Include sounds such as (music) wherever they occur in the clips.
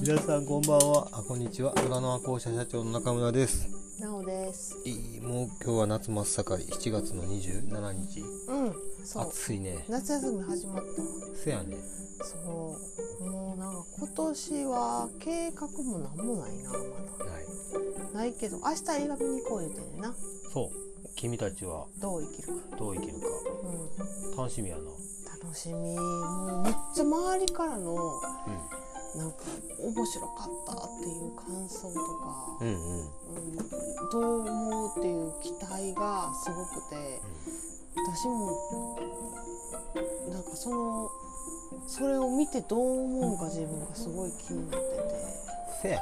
皆さんこんばんはあこんにちは虎の和光社社長の中村ですなおです。いいもう今日は夏真っ盛り7月の27日うん、そう。暑いね夏休み始まっせやねた。そう。もうなんか今年は計画もなんもないな、まないだ。ないけど、明日映画見に行こう言うてんねんな。そう君たちはどう生きるか。どう生きるかうん。楽しみやな楽しみ。もうめっちゃ周りからの、なんか面白かったっていう感想とか、うんうんうんうん、どう思うっていう期待がすごくて。私もなんかそのそれを見てどう思うんか自分がすごい気になってて、せや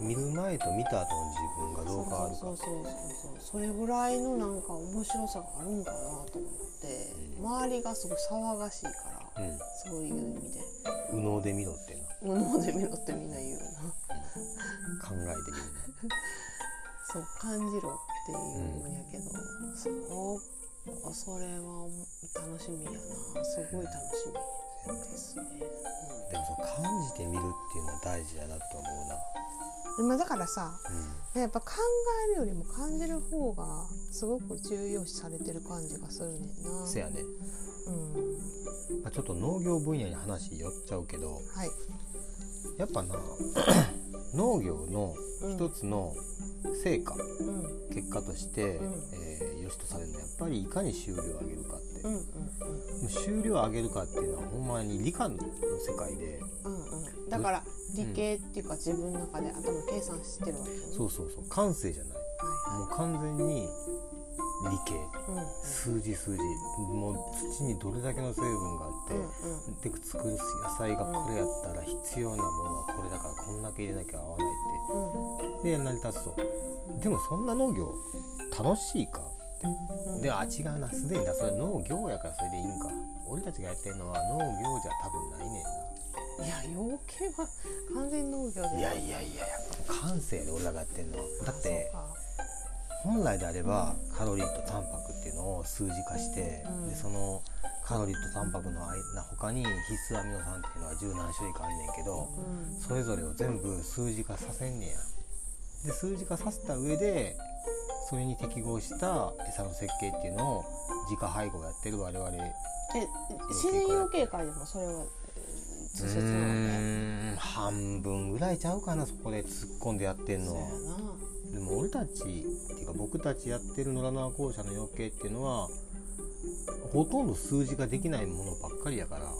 うなん、見る前と見た後の自分がどう変わるそうかそうそうそうそれぐらいのなんか面白さがあるんかなと思って周りがすごい騒がしいからそういう意味でうん右脳で見ろってな物で見ろってみんな言うな考えてみるそう感じろっていうんやけど、そうそれは楽しみやなすごい楽しみですね、うんでもそう感じてみるっていうのは大事やなと思うなまあ、だからさうんやっぱ考えるよりも感じる方がすごく重要視されてる感じがするねんな。せやね、うん、まあ、ちょっと農業分野に話寄っちゃうけどはい。やっぱ (clears throat) な農業のうん一つの成果、うん結果として、うんえー良しとされるのはやっぱりいかに収量を上げるかって、うもんうんう収量を上げるかっていうのはほんまに理科の世界でうんうんうん。だから理系っていうか自分の中で頭計算してるわけね。そうそうそう感性じゃないもはう完全に理系いはい。数字数字もう土にどれだけの成分があって、うんうんうん。で作る野菜がこれやったら必要なものはこれだからこんだけ入れなきゃ合わないってうんで成り立つとでもそんな農業楽しいかうんであ違うなすでになそれ農業やからそれでいいんか俺たちがやってるのは農業じゃ多分ないねいや養鶏は完全農業んで。ないやいやいややっぱ感性で俺らがやってるのはだってあ本来であればカロリーとタンパクっていうのを数字化して、うんでそのカロリーとタンパクの間他に必須アミノ酸っていうのは十何種類かあんねんけどそうか。うんそれぞれを全部数字化させんねやで数字化させた上でそれに適合した餌の設計っていうのを自家配合やってる我々え自然養鶏界でもそれは通説なわけ。ん半分ぐらいちゃうかなそこで突っ込んでやってんそうのやはでも俺たちっていうか僕たちやってる野良縄校舎の養鶏っていうのはほとんど数字ができないものばっかりやからな。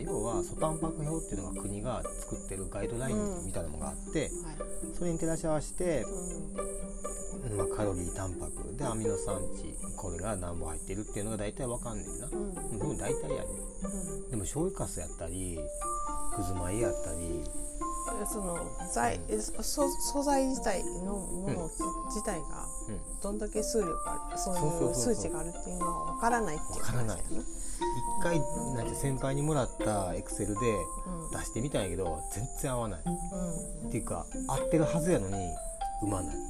うん。要は素タンパク表っていうのが国が作ってるガイドラインみたいなのがあって、はい。それに照らし合わせてうん。まあ、カロリータンパクでアミノ酸値これが何本入ってるっていうのが大体わかんねんなうん。でも大体やねうん。でも醤油かすやったりくず米やったりその材そ素材自体のもの自体がうんどんだけ数量があるそうそういうそうそうそう数値があるっていうのは分からないっていうわからない話だよね一回なんて先輩にもらったエクセルでうん出してみたんやけど全然合わないっうんていうか合ってるはずやのに生まないうん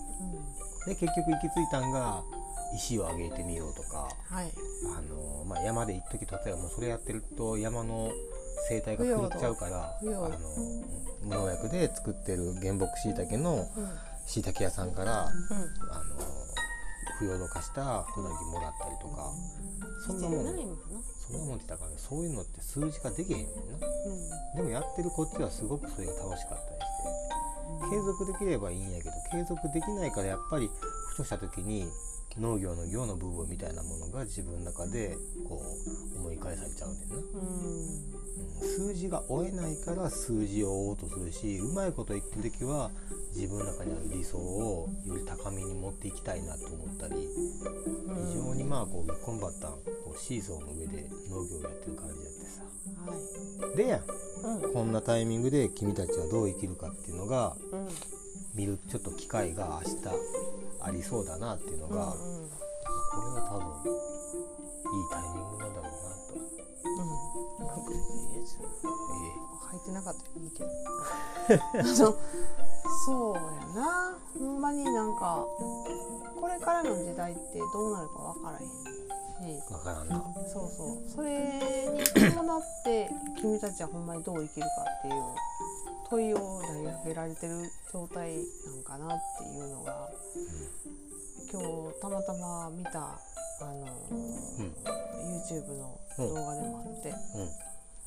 で結局行き着いたんが石を上げてみようとかはいあのまあ、山で一時取ったらもうそれやってると山の生態が狂っちゃうからあ腐葉の土無農薬で作ってる原木しいたけのうんしいたけ屋さんからうんあの不要土化した小ネギもらったりとかそんなもん必要ないもんなそんなもんって言ったからそういうのって数字化できへんもんなでもやってるこっちはすごくそれが楽しかったりして継続できればいいんやけど継続できないからやっぱりふとした時に農業の業の部分みたいなものが自分の中でこう思い返されちゃうねんな、ううんうんん数字が追えないから数字を追おうとするしうまいこと言ってる時は自分の中にある理想をより高みに持っていきたいなと思ったりう非ん常にまあこうコンバッタンこうシーソーの上で農業をやってる感じやってさはいでやんうんこんなタイミングで君たちはどう生きるかっていうのがうん見るちょっと機会が明日ありそうだなっていうのが、こうんれは多分いいタイミングなんだろうなと、えうんなんかいいですよ入ってなかったらいいけどあのそうやなほんまになんかこれからの時代ってどうなるか分からへんしえ分からんなそうそうそれに伴って君たちはほんまにどう生きるかっていう問いを投げかけられてる状態なんかなっていうのが今日たまたま見たあの、うん YouTube の動画でもあって、うん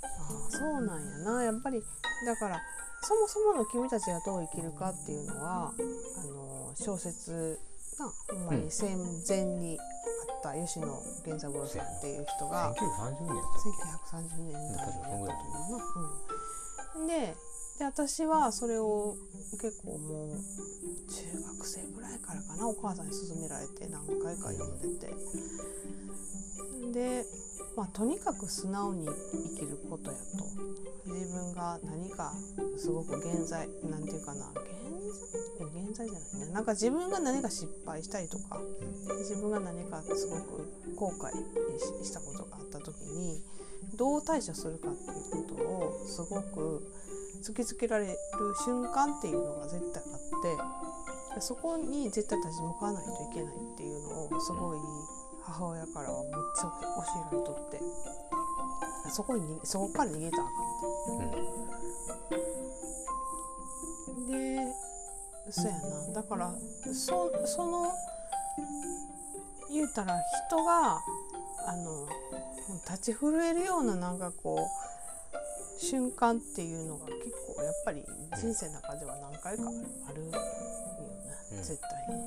ああそうなんやなやっぱりだからそもそもの君たちがどう生きるかっていうのはあの小説なほんまうにん戦前にあった吉野源三郎さんっていう人が1930年やっ1930年代にやったと思うな。うん、でで私はそれを結構もう中学生ぐらいからかなお母さんに勧められて何回か読んでてで、まあ、とにかく素直に生きることやと自分が何かすごく現在なんていうかな現在現在じゃないねなんか自分が何か失敗したりとか自分が何かすごく後悔ししたことがあった時にどう対処するかっていうことをすごく突きつけられる瞬間っていうのが絶対あってそこに絶対立ち向かわないといけないっていうのをすごい母親からはめっちゃ教えられとってそこにそこから逃げたらあかんっててるでそうやなだからそその言うたら人があの立ち震えるようななんかこう瞬間っていうのが結構やっぱり人生の中では何回かあるよね、うん絶対に。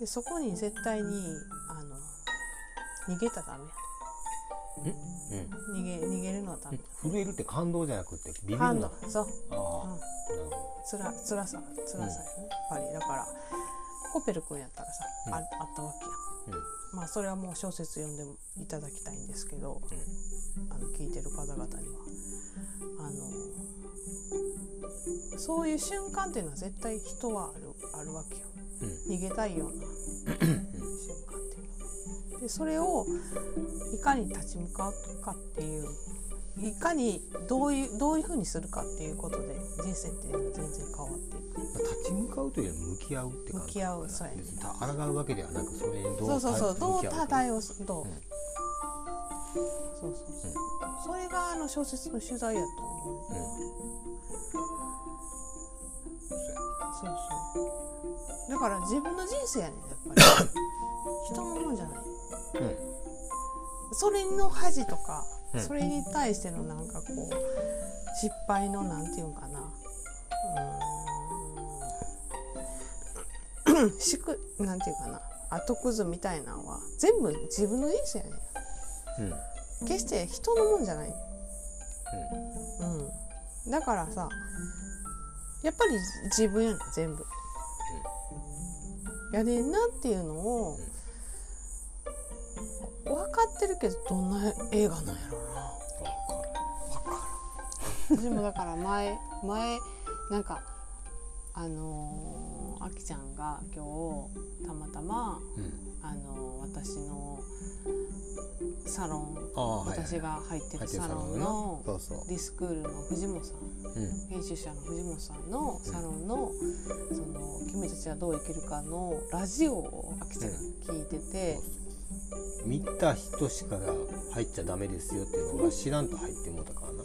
でそこに絶対にあの逃げたらダメうんうん逃げ逃げるのはダメ。震えるって感動じゃなくてビビるなあ感度そあううんーなるほつらつらさつらさよね、やっぱりだからコペル君やったらさ、うんああったわけやどうんんまあそれはもう小説読んでもいただきたいんですけど、あの聞いてる方々にはあのそういう瞬間っていうのは絶対人はあるあるわけようん逃げたいような瞬間っていうのはでそれをいかに立ち向かうかっていういかにどういうどういうふうにするかっていうことで人生っていうのは全然変わっていく。立ち向かうというより向き合うって感じ向き合うそうやね別に抗うわけではなくそれにどうそうそうそうど向うき合たか対応すどう、うんそうそうそうそれがあの小説の取材やと思ううんそうやそうそうだから自分の人生やねんやっ (laughs) ぱり人のものじゃないうんそれの恥とか、うんそれに対してのなんかこう失敗のなんていうんかなうーんしくなんていうかな後くずみたいなのは全部自分の人生やねんうんうん決して人のもんじゃないうん、だからさやっぱり自分やねん全部、やねんなっていうのを、分かってるけどどんな映画なんやろうな私もだから前前なんかあのーあきちゃんが今日たまたま、うんあのー私のサロンああはい私が入入ってるってるササロロンンののそうそうディスクールの藤本さんうん編集者の藤本さんのサロンの「その君たちはどう生きるか」のラジオをあきちゃんが聞いてて、見た人しか入っちゃダメですよっていうのは知らんと入ってもうたからな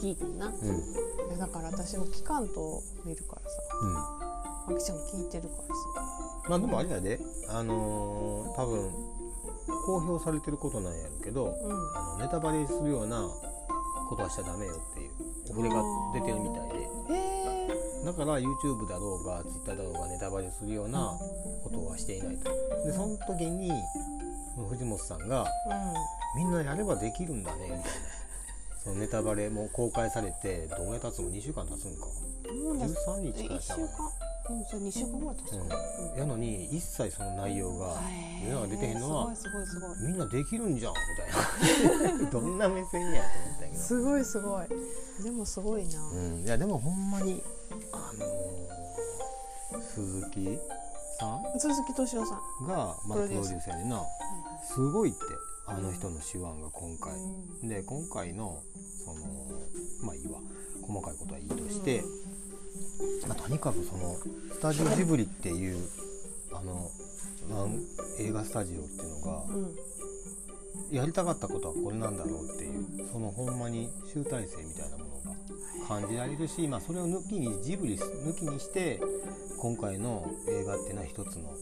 聞いてんな、うんうんでだから私も期間と見るからさあきちゃんも聞いてるからさまあでもあれやであのー多分公表されてることなんやろうけどうんあのネタバレするようなことはしちゃダメよっていうお触れが出てるみたいでへえだから YouTube だろうが Twitter だろうがネタバレするようなことはしていないとでその時に藤本さんが「みんなやればできるんだね」みたいなそのネタバレも公開されてどうや経つの2週間経つんかうんもうだ13え日から1した週かな間うんそれ2週間ぐらい経つかな、うんやのに一切その内容がへえ親が出てへんのはすごいすごいすごいみんなできるんじゃんみたいな (laughs) どんな目線やと思ったんやけどすごいすごいでもすごいな、うん、いやでもほんまにあのー鈴木さん鈴木敏夫さん、はが、まあ、プロプロデデュューーサーサーやねんないはいすごいってあの人の手腕が今回うで今回のそのまあいいわ細かいことはいいとして、まあ、とにかくそのスタジオジブリっていうあのなん映画スタジオっていうのがうんやりたかったことはこれなんだろうっていうそのほんまに集大成みたいなものが感じられるし、まあ、それを抜きにジブリ抜きにして今回の映画っていうのは一つのなん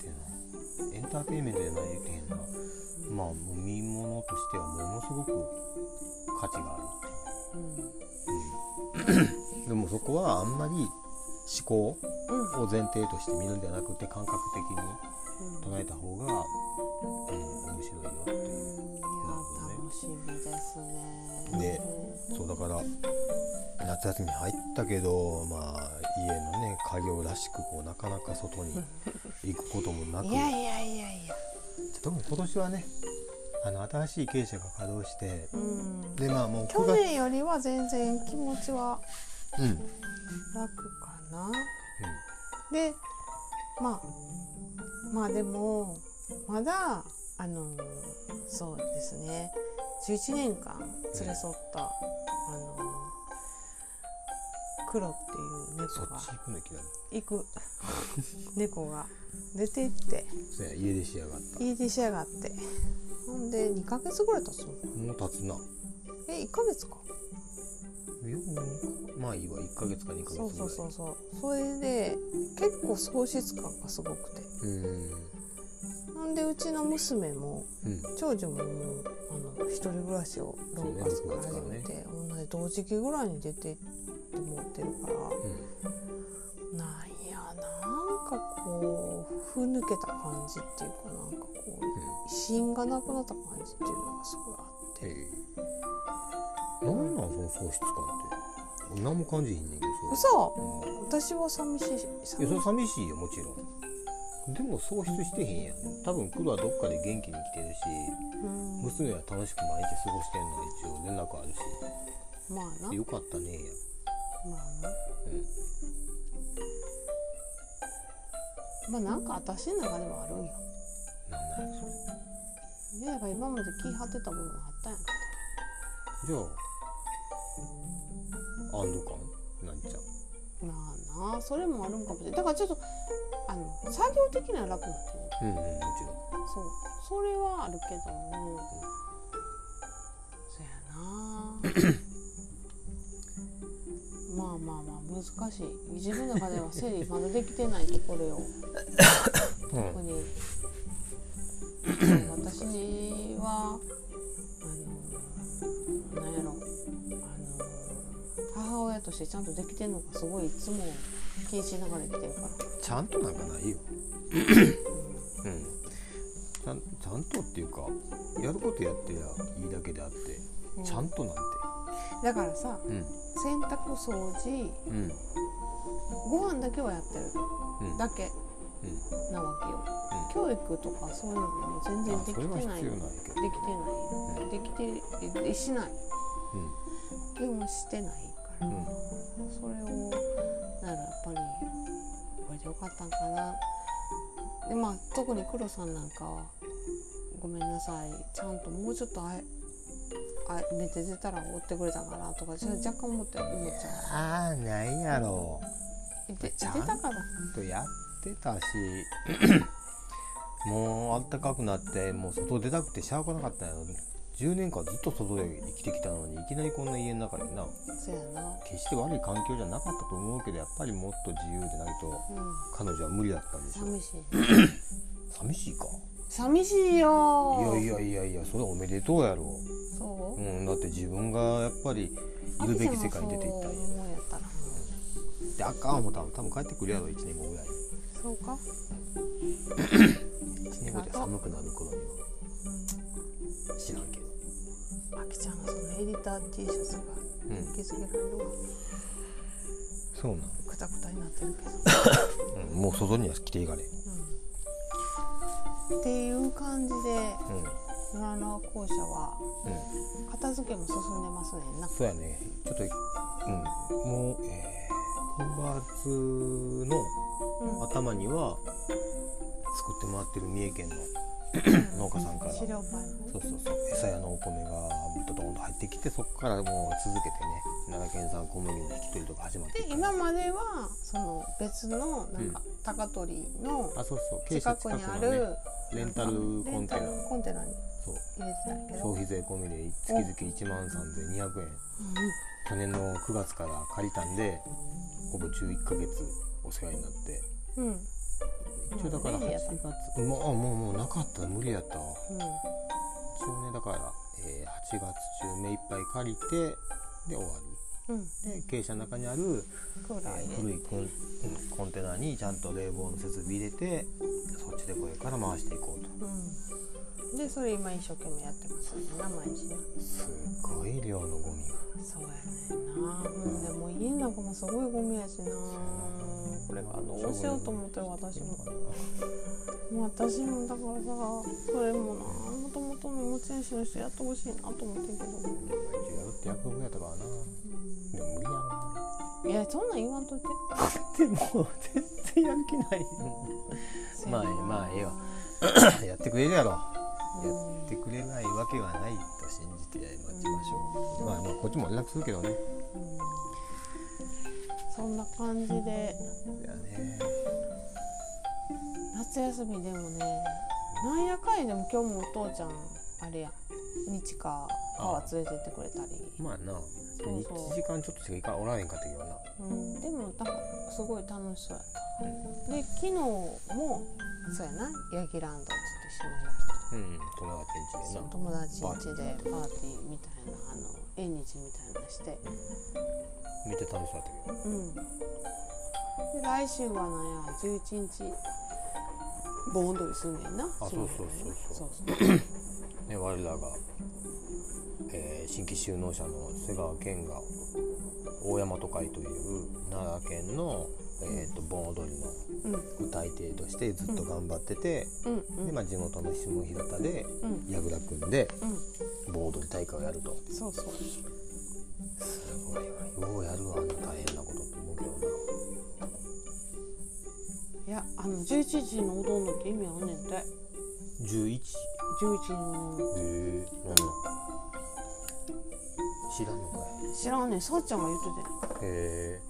ていうのエンターテインメントじゃないけんなまあもう見物としてはものすごく価値があるでもそこはあんまり思考うんを前提として見るんじゃなくて感覚的に捉えた方が、うん、面白いよってうんいいうや楽しみですね。ねそうだから夏休み入ったけどまあ家のね家業らしくこうなかなか外に行くこともなくいやいやいやいや。特に今年はねあの新しい経営者が稼働してうん。でまあもう去9月年よりは全然気持ちはうん、うん、楽かな。で、まあまあでもまだあのそうですね。11年間連れ添った、あの黒っていうそ猫っがち行くのきなり行く猫が出て行ってそうや家出しやがった家出しやがってほんで2ヶ月ぐらい経つのかもう経つななえ1ヶ月かよまあいいわ1ヶ月か2ヶ月ぐらそういそうそうそうそれで結構喪失感がすごくてうんほんでうちの娘もうん長女ももうあの一人暮らしをそう6ね月から始六め月かて、同じ同時期ぐらいに出てって思ってるからうなんやなんかこうふぬけた感じっていうかなんかこう芯がなくなった感じっていうのがすごいあっんへえなんなんその喪失感って俺何も感じひんねんけどてそ嘘れうん私は寂しいいやそ寂れ寂しいよもちろんでも喪失してへんやん多分黒はどっかで元気に来てるしうん娘は楽しく毎日過ごしてんので一応連絡あるしまあなまよかったねあなまあなんか私の中でもあるんよやなんなんやそれねだから今まで気張ってた部分があったんやじゃあ安堵感なんちゃうろまあなそれもあるんかもしれないだからちょっとあの作業的には楽になってうんるうんもちろそうそれはあるけどもそやなまあまあまあ難しい自分の中では整理まだできてないところよん (clears throat) 特に私はあのなんやろあの母親としてちゃんとできてんのかすごいいつも気にしながら生きてるからちゃんとなんかないようんちゃんちゃんとっていうかやることやってりゃいいだけであって、うんちゃんとなんてだからさうん洗濯掃除うんご飯だけはやってるうんだけうんなわけようん教育とかそういうのも全然できてあそれはない必要でないけどきてないできてえしうないん基本してないから、うんそれをならやっぱりこれでよかったんかなでまあ特に黒さんなんかはごめんなさいちゃんともうちょっとあえあ寝て出たら追ってくれたかなとかそれ若干思って思っちゃああないやろうで出ちたゃんからとやってたし (clears throat) もうあったかくなってもう外出たくてしゃあがなかったんやろ10年間ずっと外で生きてきたのにいきなりこんな家の中でなそうやな決して悪い環境じゃなかったと思うけどやっぱりもっと自由でないとうん彼女は無理だったんでしょ寂しい寂しいか寂しいよいやいやいやいやそれはおめでとうやろ、そうううん、だって自分がやっぱりいるべき世界に出ていったんや秋さんはそう思うやったらであかん思ったら多分帰ってくるやろ1年後ぐらいそう (clears throat) か1年後で寒くなる頃には知らんけどあきちゃんがそのエディター T シャツがうん受け付けられるわそうなのくたくたになってるけどうんもう外には着ていかれんうんっていう感じでうんうん野良の校舎は片付けも進んでますねんなそうやねちょっとうんもうえー、9月の頭には作ってもらってる三重県の (clears throat) 農家さんから資料売もそうそうそう餌やのお米がドドンと入ってきてそこからもう続けてね奈良県産小麦の引き取りとか始まってで今まではその別のなんか高取のあそうそう近くにあるレンタルコンテナレンタルコンテナにそう入れてたけど消費税込みで月々1万3200円うん去年の9月から借りたんでほぼ11ヶ月お世話になってうんうん一応だからもう無理や8った月もうあもうもうなかった無理やったわ一応ねだから、えー8月中目いっぱい借りてで終わうんりで経営者の中にあるぐらいね古いコン,うん、コンテナにちゃんと冷房の設備入れてそっちでこれから回していこうとうんでそれ今一生懸命やってますよね毎日ねすっごい量のゴミがそうやねんなうんでも家の中もすごいゴミやしなこれがどうしようと思ってる私ももう私もだからさそれもなもともとの持ち主の人やってほしいなと思ってんけど一応やるって約束やったからなでも無理やいやそんなん言わんといてろなでも全然やる気ないまあまあええ (coughs) わやってくれるやろやってくれないわけがないと信じて待ちましょう、まあまあこっちも連絡するけどねそんな感じでだよね夏休みでもねなんやかんやでも今日もお父ちゃんあれやん日か川連れてってくれたり、まあなそう1時間ちょっとしかいかおらへんかったけどなうん、でもだからすごい楽しそうやったで昨日もそうやなヤギランドちょっとうん友達ん一ち緒でにな友達ん家でパーティーみたいなあの縁日みたいなのしてめっちゃ楽しかったけどうんで来週はなんや11日盆踊りすんねんなそうそうそうそうそうそうね我らが、えー新規収納者の瀬川健が大大和会という奈良県の、えー、と盆踊りのうん歌い手としてずっと頑張ってて、うんでまあ、地元の下平田でうん櫓楽組んでうん盆踊り大会をやるとそうそうすごいわようやるわあんな大変なことって思うけどないやあの11時のおどんどんって意味あんねんて11 11時のえー、なんだ知らんのか知らんねんさっちゃんが言ってていへえ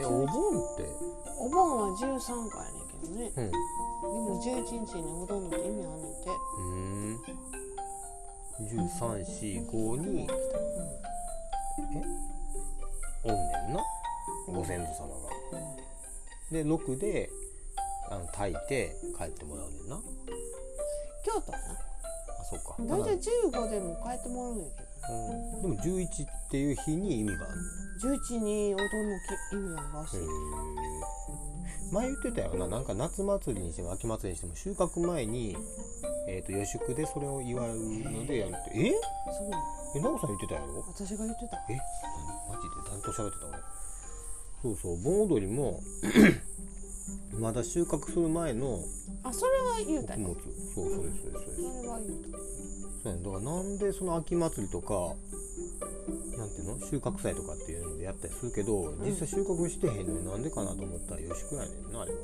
えお盆ってお盆は13回やねんけどねうんでも11日にうどんのって意味あんねんてうーん13452にえおんねんなご先祖様がで6であの炊いて帰ってもらうねんな京都はなあそうか大体だか15でも帰ってもらうんやけらうんでも11っていう日に意味があるど11にうどんのき意味あるらしい、前言ってたよななんか夏祭りにしても秋祭りにしても収穫前に、えー、と予祝でそれを祝うのでやるってえそうなのえなおさん言ってたやろ私が言ってたえ何マジで担当喋ってた俺そうそう盆踊りもまだ収穫する前のあそれは言うた穀よ物そうそうですそうですそうですそれは言うたそうやねだからなんでその秋祭りとかなんていうの収穫祭とかっていうのでやったりするけど、実際収穫してへんのになんでかなと思ったら予祝やねんなあれは、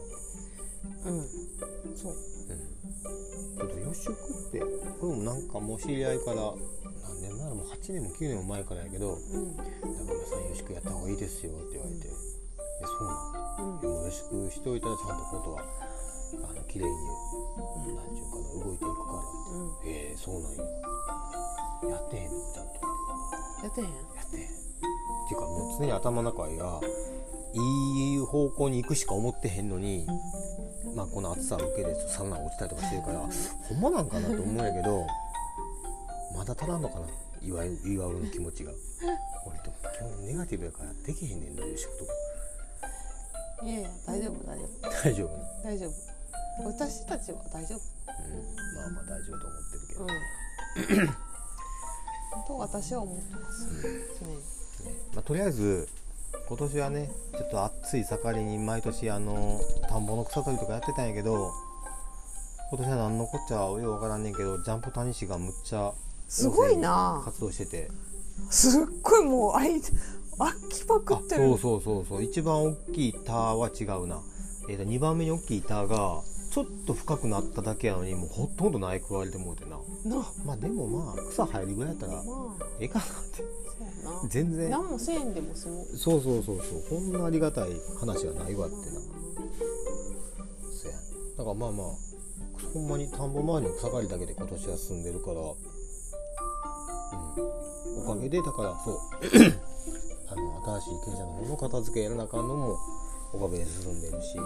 うんそううん、ちょっと予祝ってこれもなんかもう知り合いから何年前もう8年も9年も前からやけどう「ん中村さん予祝やった方がいいですよ」って言われて「えそうなんうんでも予祝しておいたらちゃんとことはあの綺麗に何ていうかな動いていくから」うんえー、そうなんややってへんのちゃんとやってへんやってへんっていうかもう常に頭の中がいい方向に行くしか思ってへんのにまあこの暑さを受けてサウナ落ちたりとかしてるからほんまなんかなと思うんやけどまだ足らんのかな祝い祝うの気持ちが俺と今日ネガティブやからできへんねんのよ仕事がいやいや大丈夫大丈夫大丈夫な大丈夫私たちは大丈夫うんまあまあ大丈夫と思ってるけど、うんと私は思ってます常にまあ、とりあえず今年はねちょっと暑い盛りに毎年あの田んぼの草取りとかやってたんやけど今年は何のこっちゃようわからんねんけどジャンプ谷氏がむっちゃすごいな活動しててすっごいもうあいあきまくあってそるうそうそうそう一番大きいターは違うな、えーと2番目に大きいターがちょっと深くなっただけやのにもうほとんど苗食われてもうてななまあでもまあ草入るぐらいやったらまあええかなってそう全や然な何もせんでも済むそうそうそうそうこんなありがたい話はないわってなそやねだからまあまあほんまに田んぼ周りの草刈りだけで今年は進んでるから、うん、おかげでだからそう (coughs) 新しい経営者の方の片付けやらなあかんのもおかげで進んでるし、うん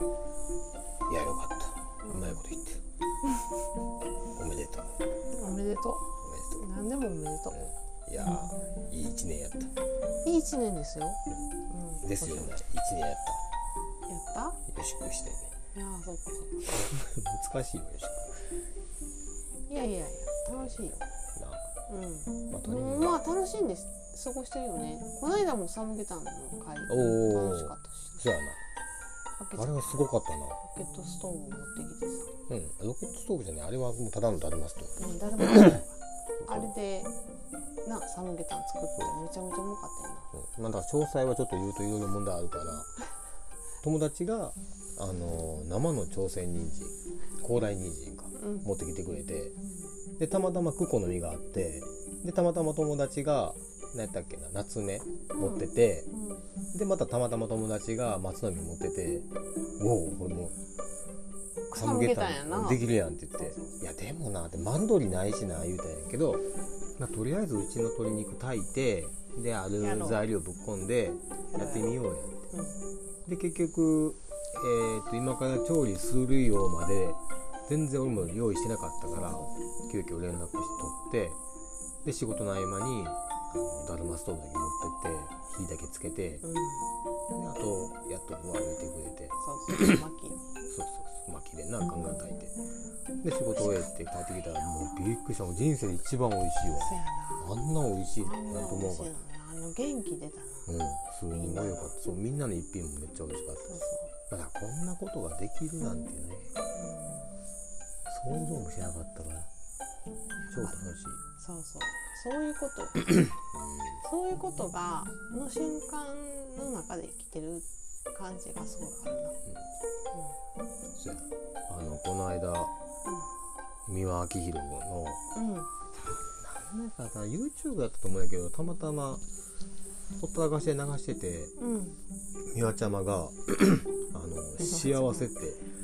いやよかったうまいこと言って (laughs) おめでとうおめおめででととう何でもおめでとうういやーいい1年やったいい一年ですよ、うん、ですよね1やっ年やったたよしくしてねいやーそっかそっか (laughs) 難しいよよしいやいやいや楽しいよくなあうまあとにん、かまあ楽しいんです過ごしてるよねこの間もサムゲタンの会おー楽しかったしくそうやバケなあれツはすごかったバケットストーンを持ってきてさなうんロケットストーブじゃないあれはもうただのだりますとうん誰も知らないからあれでなサムゲタン作ってめちゃめちゃうまかったようんまあ、だから詳細はちょっと言うといろいろ問題あるから友達が、あのー生の朝鮮人参高麗人参かなうん持ってきてくれてでたまたまクコの実があってでたまたま友達が何やったっけな夏目持ってて、うんでまたたまたま友達が松の実持ってて「おおこれもうサムゲタンやなできるやん」って言って「いやでもな」ってマンドリないしな言うたんやけど、まあ、とりあえずうちの鶏肉炊いてであるやろう材料ぶっ込んでやってみようやんってうんで結局、えー、と今から調理するようまで全然俺も用意してなかったから急遽連絡しとってで仕事の合間にあのだるまストーブだけ持ってって火だけつけてでうんあとやっとこう歩いてくれてそうそう巻きそうそうそう薪でなガンガン炊いてで仕事終えて帰ってきたらもうびっくりしたもう人生で一番美味しいそうやわあんな美味しいななあんんなと美思味うしかいらのねあの元気出たなうんすごいよかったそうみんなの一品もめっちゃ美味しかったそうだからこんなことができるなんてね想像もしなかったから超楽しいそうそうそうそういう (clears throat) ことそういうことがの瞬間の中で生きてる感じがすごいあるな。そうやなあのこの間三輪明宏のうん。うん。なんかさ YouTube だったと思うんやけどたまたまほったらかして流しててうん。三輪ちゃまが (clears throat) あの「幸せって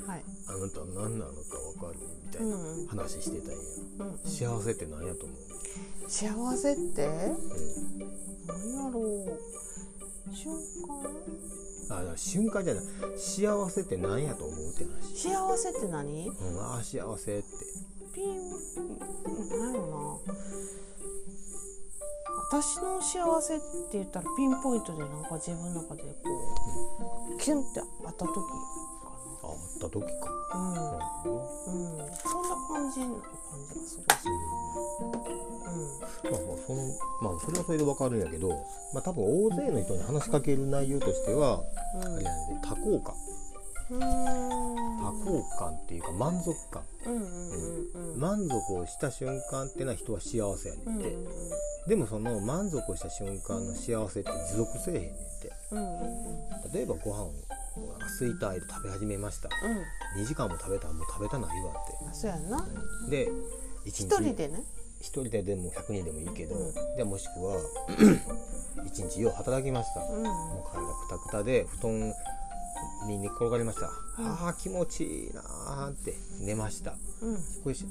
はい。あなた何なのか分かる?」みたういなんうん。話してたんやうん。幸せって何やと思う、幸せってうん何やろう。瞬間あだから瞬間じゃない幸せって何やと思うって話幸せって何うん、ああ幸せってピン、何やろな。私の幸せって言ったらピンポイントでなんか自分の中でこう、キュンってあった時かあった時か、な。うん。ううん、そんな感じの感じがすごいする。まあまあうそのまあそれはそれでわかるんやけど、まあ、多分大勢の人に話しかける内容としては、ん、あれやね多幸感うん、多幸感っていうか満足感、うん、うん、うん、うん、満足をした瞬間ってのは人は幸せやねんって、うん、でもその満足をした瞬間の幸せって持続せえへんねんってうん、うん、例えばご飯をお腹すいたいと食べ始めました2時間も食べたらもう食べたないわっあ、そうやんな。てで1日一人でね。一人ででも100人でもいいけど、うんでもしく (laughs) は一日よう働きました、うん、もう体くたくたで布団に寝っ転がりました、うんああ気持ちいいなーって寝ましたうん、これし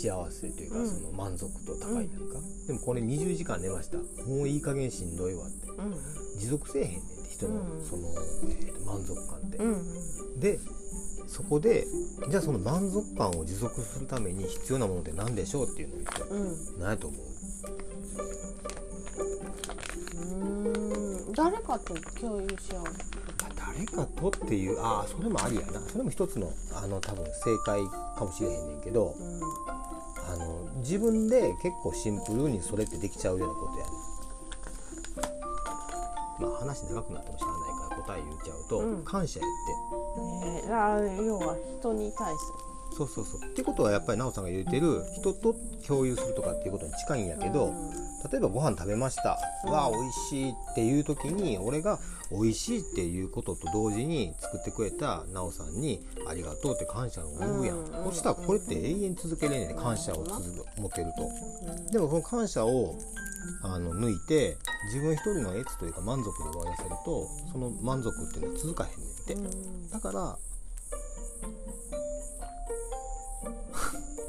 幸せというか、うんその満足と高いなんか、でもこれ20時間寝ましたもういい加減しんどいわってうん、持続せえへんねんって人の、うんその、えー満足感って、うん、でそこでじゃあその満足感を持続するために必要なものって何でしょうっていうのを言ってうん、ないと思ううん、うん、誰かと共有し合う。あ誰かとっていうああそれもありやなそれも一つのあの多分正解かもしれへんねんけどうん、あの自分で結構シンプルにそれってできちゃうようなことやねまあ話長くなってもしゃあないから答え言っちゃうと、うん感謝やっえー、あー、要は人に対する。てそうそうそうってことはやっぱり奈緒さんが言うてる人と共有するとかっていうことに近いんやけど、うん例えばご飯食べました、うんわあ美味しいっていう時に俺が美味しいっていうことと同時に作ってくれた奈緒さんにありがとうって感謝を思うやん、うんそしたらこれって永遠続けれんねんうん感謝を続け持てるとでもこの感謝をあの抜いて自分一人の越というか満足で終わらせるとその満足っていうのは続かへんねんって、うん、だから (laughs)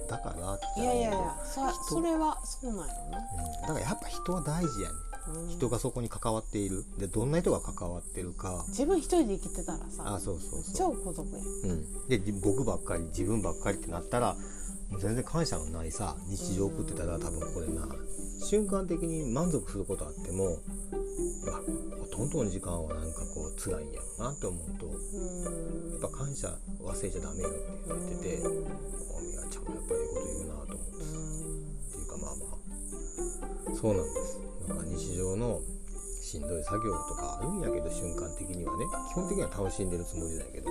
だからっていやいやいや、そ、それはそうなんやろな。うんだからやっぱ人は大事やねんうん人がそこに関わっているでどんな人が関わってるか自分一人で生きてたらあさそうそうそう超孤独やんうん、でじ僕ばっかり自分ばっかりってなったらもう全然感謝のないさ日常を送ってたら多分これな瞬間的に満足することあってもあほとんどの時間はなんかこう辛いんやろなって思うとやうんっぱ感謝忘れちゃダメよって言われてておみやちゃんもやっぱりいいこと言うなと思ってっていうかまあまあそうなんですなんか日常のしんどい作業とかあるんやけど瞬間的にはね基本的には楽しんでるつもりだけど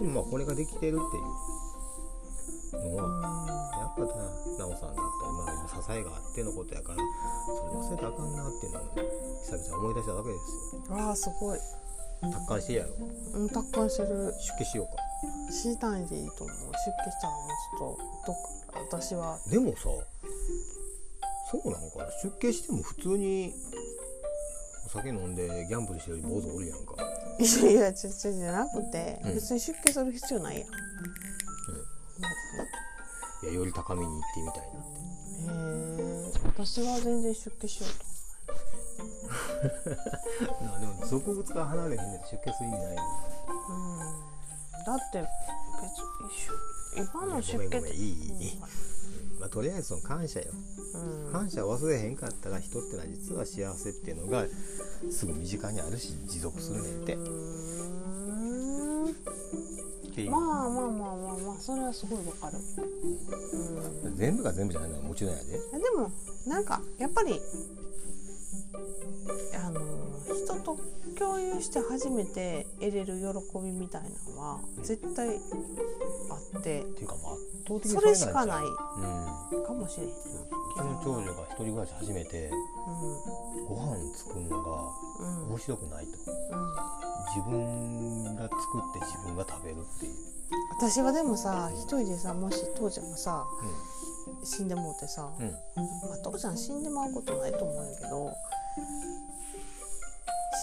でもまあこれができてるっていうのはやっぱな奈緒さんだったり周りの支えがあってのことやからそれ忘れたらあかんなっていうのをね久々思い出したわけですよああすごい達観してやろううん達観してる出家しようかしないでいいと思う出家したらもうちょっとどっか私はでもさそうなんかな出家しても普通にお酒飲んでギャンブルしてる坊主おるやんかいやいやちょちょじゃなくて、うん別に出家する必要ないやん、いやより高みに行ってみたいなってうん、へえ私は全然出家しようとでも俗物から離れへんねん出家する意味ないようんだって別にし今の出ごめん家ごっめんていいいい、まあ、とりあえずその感謝ようん感謝忘れへんかったら人ってのは実は幸せっていうのがすぐ身近にあるし持続するねんてうんっていうまあまあまあまあまあそれはすごいわかる、うん、全部が全部じゃないのはもちろんやででもなんかやっぱりあの人と共有して初めて得れる喜びみたいなのは絶対あってっていうかもう圧倒的にそれしかんちなゃいううんかもしれへん。うちの長女が一人暮らし始めてうご飯作るのがんうんうん面白くないと自分が作って自分が食べるっていう、私はでもさ一人でさもし父ちゃんがさ死んでもうてさ、うんうん、まあ、父ちゃん死んでもらうことないと思うんやけど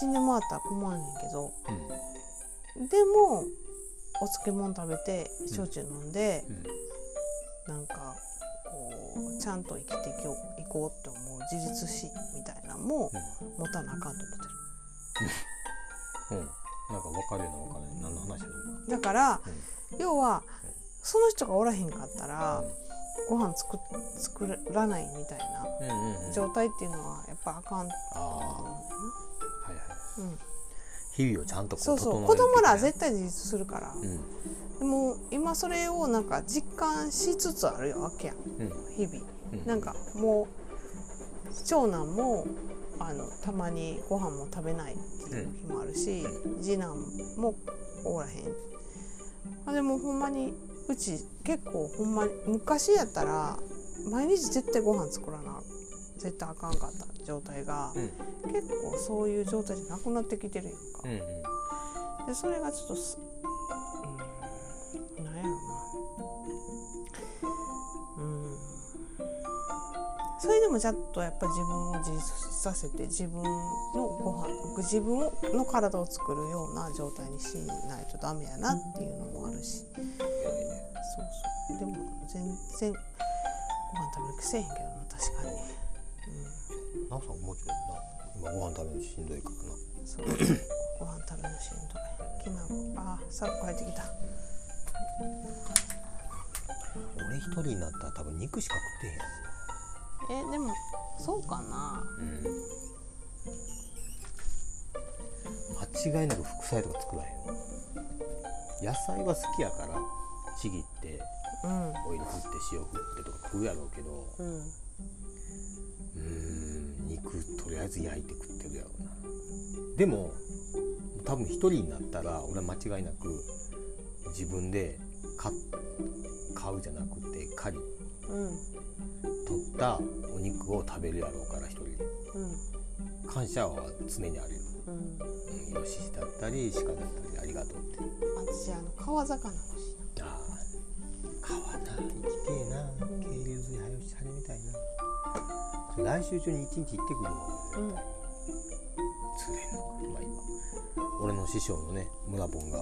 死んでもらったら困んねんけどうんでもお漬物食べて焼酎飲んで、うんなんかこうちゃんと生きていこういこうって思う自立心みたいなのもう持たなあかんと思ってん、なんか分かるような分からない何の話だろうるだからうん要はその人がおらへんかったらご飯作っ作らないみたいなうんうんうん状態っていうのはやっぱあかんとああは思いはいうねんな、うん、日々をちゃんとこうそうそう整子える供らは絶対自立するから、うんでも今それをなんか実感しつつあるわけやんうん日々。うんなんかもう長男もあのたまにご飯も食べないっていう日もあるし、次男もおらへんあでもほんまにうち結構ほんまに昔やったら毎日絶対ご飯作らな絶対あかんかった状態が、う結構そういう状態じゃなくなってきてるやんか、うんうんでそれがちょっとす、うん、なんやろなうんそれでもちゃんとやっぱ自分を自立させて自分のご飯自分の体を作るような状態にしないとダメやなっていうのもあるしそう偉いねそうでも全然ご飯食べる気せえへんけどな確かに、なおさんもうちょっとな今ご飯食べるのしんどいからなうん、そうご飯食べるのしんどいきな粉あサッカ入ってきた俺一人になったら多分肉しか食ってへんやえでもそうかなんなうん間違いなく副菜とか作らへんわ野菜は好きやからちぎってうんオイル振って塩振ってとか食うやろうけどうんうーん肉とりあえず焼いて食ってるやろうなでも多分一人になったら俺は間違いなく自分で買っ買うじゃなくて狩りうん取ったお肉を食べるやろうから一人でうん感謝は常にあるよ、うんうん、イノシシだったり鹿だったりありがとうって私あの川魚欲しいああ川な生きてえな渓流釣り早押し始めたいなちょ来週中に一日行ってくるわなうん釣れんのかまあ今俺の師匠のね村ボンが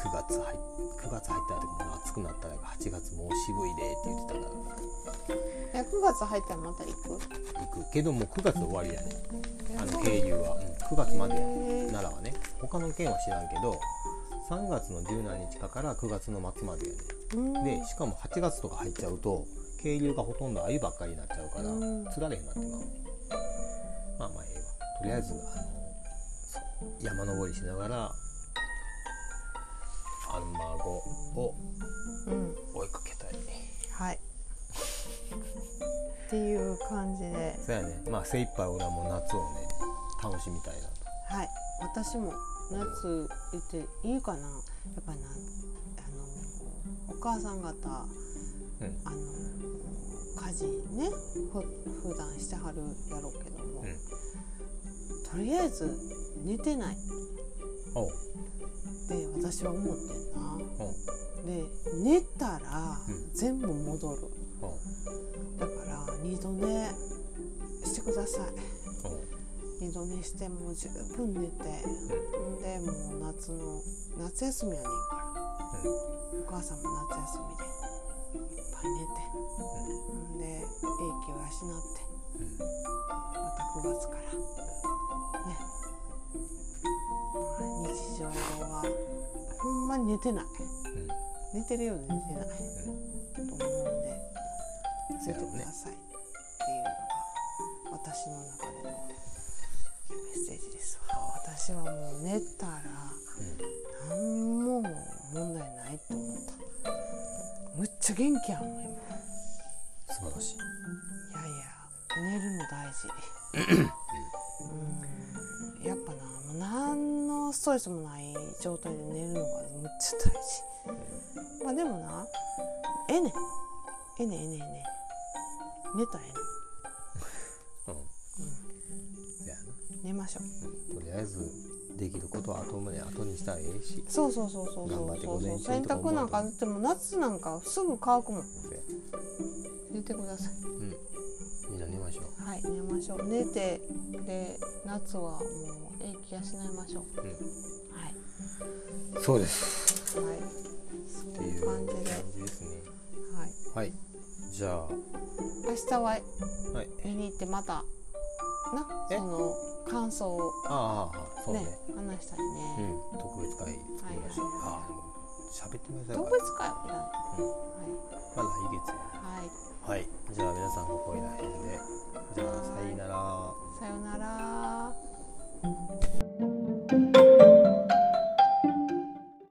9月入っ9月入ったらとかも暑くなったら8月もう渋いでって言ってたからえ9月入ったらまた行く行くけどもう9月終わりやねあのえ渓流は、うん、9月までやへー奈良はね他の県は知らんけど3月の十何日かから9月の末までやねうんでしかも8月とか入っちゃうと渓流がほとんど鮎ばっかりになっちゃうからうん釣られへんなってまうねまあまあええわとりあえずあのそう山登りしながらアルマゴをうん追いかけたいはいっていう感じでそうやねまあ精一杯俺はもう夏をね楽しみたいなはい私も夏言っていいかなやっぱりなあのお母さん方とうんあの家事ねふ普段してはるやろうけども、うんとりあえず寝てないっおうて私は思ってんなおうで寝たらうん全部戻る、おうだから二度寝してくださいおう二度寝してもう十分寝てんでもう夏の夏休みやねんから、お母さんも夏休みでいっぱい寝てんで英気を養ってうんうんまた9月からねまあ日常はほんまに寝てないうん寝てるようで寝てないと思うんでそう寝やてろうくねださいっていうのが私の中でのメッセージですわ私はもう寝たら何も問題ないと思ったむっちゃ元気やもん今い素晴らしいやいや寝るの大事うんやっぱなもう何のストレスもない状態で寝るのがむっちゃ大事まあでもなええねんええねんええねんええねん寝たらええねうんそうやなん寝ましょうとりあえずできることは後もね後にしたらええしそうそうそうそう頑張そっうてそ午う前中洗とか濯なんか思でも夏なんかすぐ乾くもんう寝てくださいんみんな寝ましょはい寝ましょう寝てで夏はもう英気養いましょうう、はいうん、そうですはっいてそういいうう感感じで、じですねはい、はいじゃあ明日ははい見に行ってまたなえその感想をああそうねね話したいね、うん特別会作りましょう、はいああでも喋ってください動か物会はいらら、まあ、来月やねないはい、ははい、いじゃあ皆さんもこういうらへんでじゃあさよならさよなら